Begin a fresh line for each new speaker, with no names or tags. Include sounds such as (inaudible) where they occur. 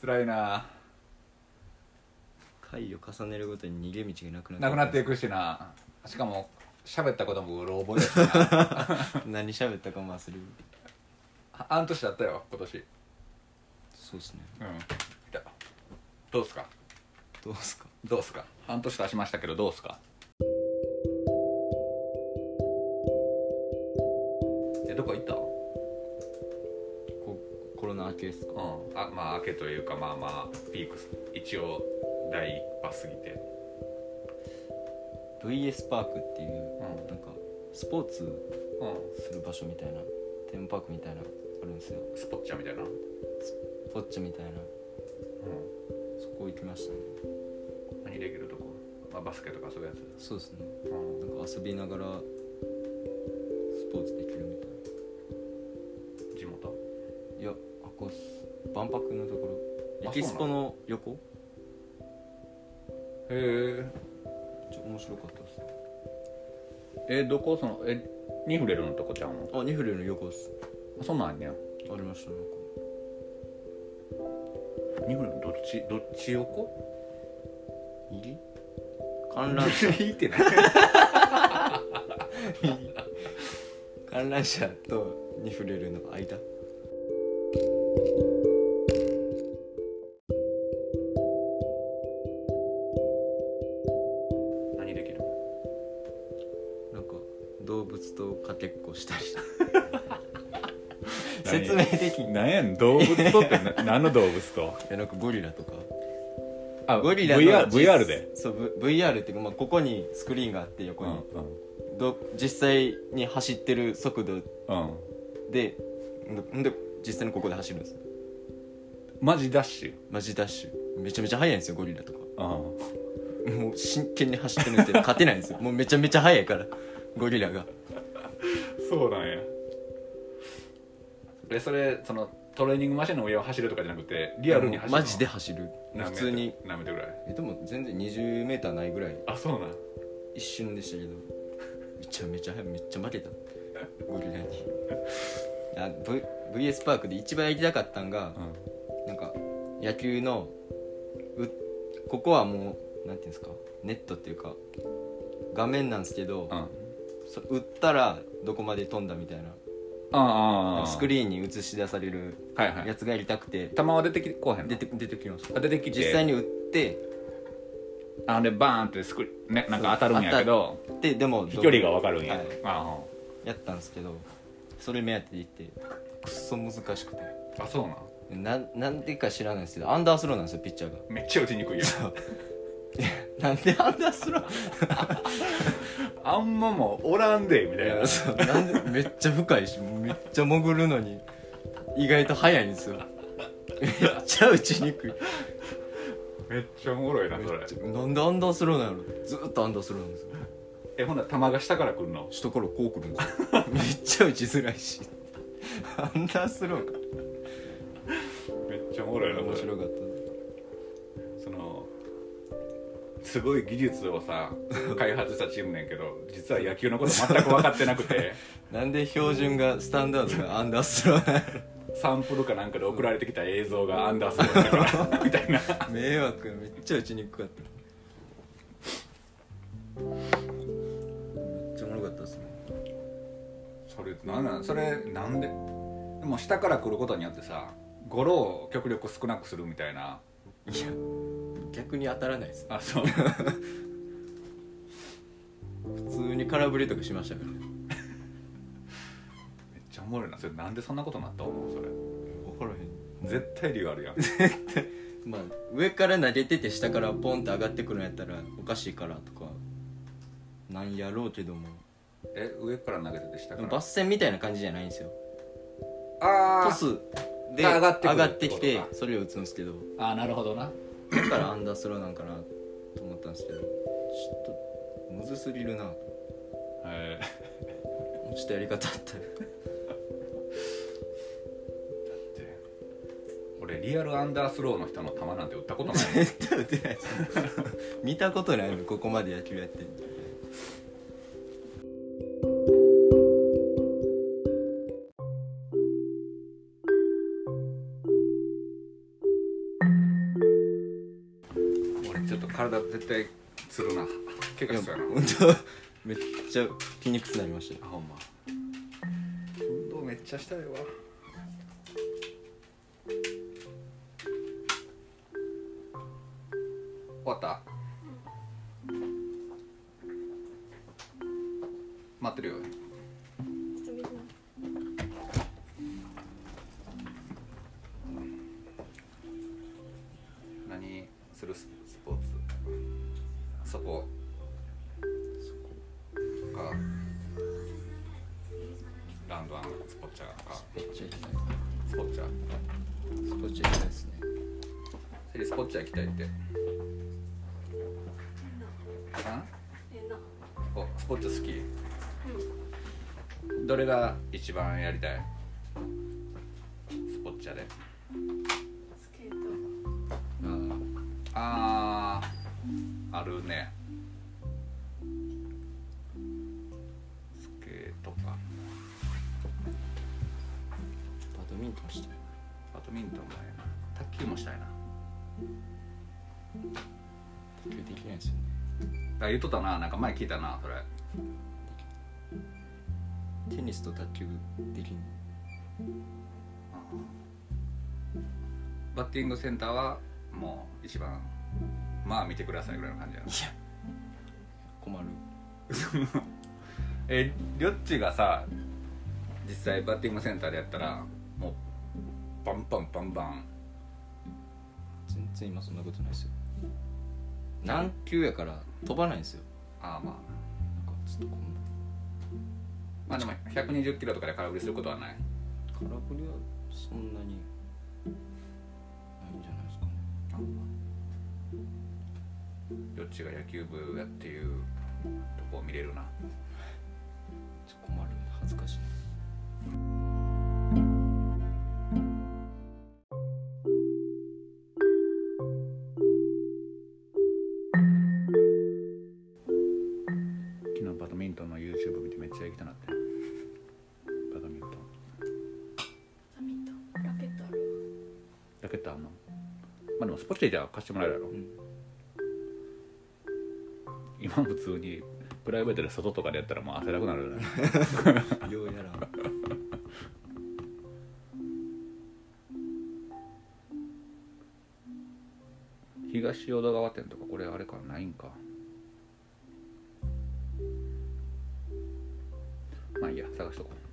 辛いな
回を重ねるごとに逃げ道がなくなって
なくなっていくしなしかも喋ったこともうろ覚えだしな
何喋ったかも忘れる
ああん年だったよ今年うん
そうですね
いたどうっすか
どうすか
どうっすか半年経ちましたけどどうっすかえどこ行った
こコロナ明けですか
うんあまあ明けというかまあまあピークス一応第一波過ぎて
VS パークっていう、
うん
なんかスポーツ
う
する場所みたいなテーマパークみたいなのあるんですよ
んスポッチャみたいなうん
ポッチャみたいなそこ行きましたね
何できるとこ、まあ、バスケとかそういうやつ
そうですね
うん
なんか遊びながらスポーツできるみたい
地元
ないやあこうっす万博のところ
あ
エキスポの横
へえ
ちょ面白かったです
えどこそのえニフレルのとこちゃうの
あニフレの横っす
あそんなんあんねや
ありましたなんか
ニフレルどっちどっち横
右
(laughs)
観覧車
いてない
観覧車とニフレルの間
何できる
なんか動物とかけっこした
(laughs)
り
何
説明できんい
何やん動物と
(laughs)
ってな何の動物と
やなんかゴリラとか
あ
ゴリラの
VR,
実
VR で、
そう、v、VR っていうか、まあ、ここにスクリーンがあって横
うん
に、ど実際に走ってる速度
うんうん、
でんで実際にここで走るんですよ
マジダッシ
マジダッシュめちゃめちゃ速いんですよゴリラとか
ュ、
もう真剣に走ってるんですけど勝てないんですよもうめちゃめちゃ速いからゴリラが
うん、そうなんやえそれそのトレーニングマシンの上を走るとかじゃなくてリアルに走るの
マジで走る
何メー
普
トル
通に
何メートルぐらい
えでも全然 20m ないぐらい
あそうなん
一瞬でしたけどめちゃめちゃ速いめっちゃ負けたゴリラにあ、v、VS パークで一番やりたかったんがなんか野球のうここはもうなんていうんですかネットっていうか画面なんですけど、
うん
そ打ったらどこまで飛んだみたいな
ああ
スクリーンに映し出される
はいは
や
い
つがやりたくて、
球は出てきこうへんの
出て出てきました
あ出てきて
実際に打って
あでバーンってスクリねなんか当たるんやけど
ででも
飛距離が分かるんや、
はい
あ
やったんですけどそれ目当てで行ってくっそ難しくて
ああそうなん
ななんでか知らないですけどアンダースローなんですよピッチャーが
めっちゃ打ちにくいやん
(laughs) なんでアンダースロー
(laughs) あんまもうおらんでみたい
い
な
やそうなんでめっちゃ深いしめっちゃ潜るのに意外と早いんですよめっちゃ打ちにくい
めっちゃおもろいな
め
それ
っちゃなんでアンダースローなのずーっとアンダースローなんですよ
えほんなら球が下から来るの
下からこうくるんですよめっちゃ打ちづらいしアンダースローか
めっちゃおもろいな
面
それ
白かったです
そのすごい技術をさ開発したチームねんけど実は野球のこと全く分かってなく (laughs) て
なんで標準がスタンダードがアンダースローな
サンプルかなんかで送られてきた映像がアンダースローだからみたいな
の迷惑めっちゃ打ちにくかっためっちゃおもろかったですね
それなんなんそれなんででも下から来ることによってさゴロを極力少なくするみたいない
や逆に当たらないです
あそう (laughs)
普通に空振りとかしましたからね
めっちゃおもろいなそれなんでそんなことになった思うそれ
分からへん
絶対理由あ
(laughs)
るやん
まあ上から投げてて下からポンって上がってくるんやったらおかしいからとかなんやろうけども
え上から投げてて下
で
か
も
ら
抜線みたいな感じじゃないんですよ
あー
トスで
上がってくる
上がってき
って
て
こと
それを打つんですけど
あーなるほどな
だからアンダースローなんかなと思ったんですけどちょっとむずすぎるなも
え
うちょっとやり方あったら
ーで俺リアルアンダースローの人の球なんて打ったことない
絶対打てないです (laughs) 見たことないのここまで野球やってんの (laughs)
体絶対つるな怪
い
我
や
しそうやな
本当めっちゃ筋肉痛になりましたよ
あほんま運動めっちゃしたいわ終わった待ってるよ
ちょっと見てな
何するススポーツそこそこかランドアンスポッチャーか
めっちゃ痛い
スポッチャー
スポッチャ痛いですね
セリスポッチャー行きたいってあ
えーな
おスポッチャ好き、どれが一番やりたいスポッチャで
スケート
あ
あー
ーあるねスケートか
バドミントンしたい
バドミントンもええな卓球もしたいな
卓球できないですよね
あ言っとったななんか前聞いたなそれ
テニスと卓球できん
バッティングセンターはもう一番まあ見てくださいぐらいの感じやな
や困る
えりょっちがさ実際バッティングセンターでやったらもうバンバンバンバン
全然今そんなことないですよ何球やから飛ばないんですよ
ああま
なんかちょっとこんな
あまあでも120キロとかで空振りすることはない
空振りはそんなにないんじゃないですかね
りょっちが野球部やっていうとこを見れるな
ちょっと困る恥ずかしい
昨日バドミントンの YouTube 見てめっちゃ行きたなってバドミントン
サミットラケットある
ラケットあんのまあでもスポッチャじゃ貸してもらえるやろ、
ん
今普通にプライベートで外とかでやったらもう汗だくなるよね
ようやらん
東淀川店とかこれあれかないんかまあいいや探しとこう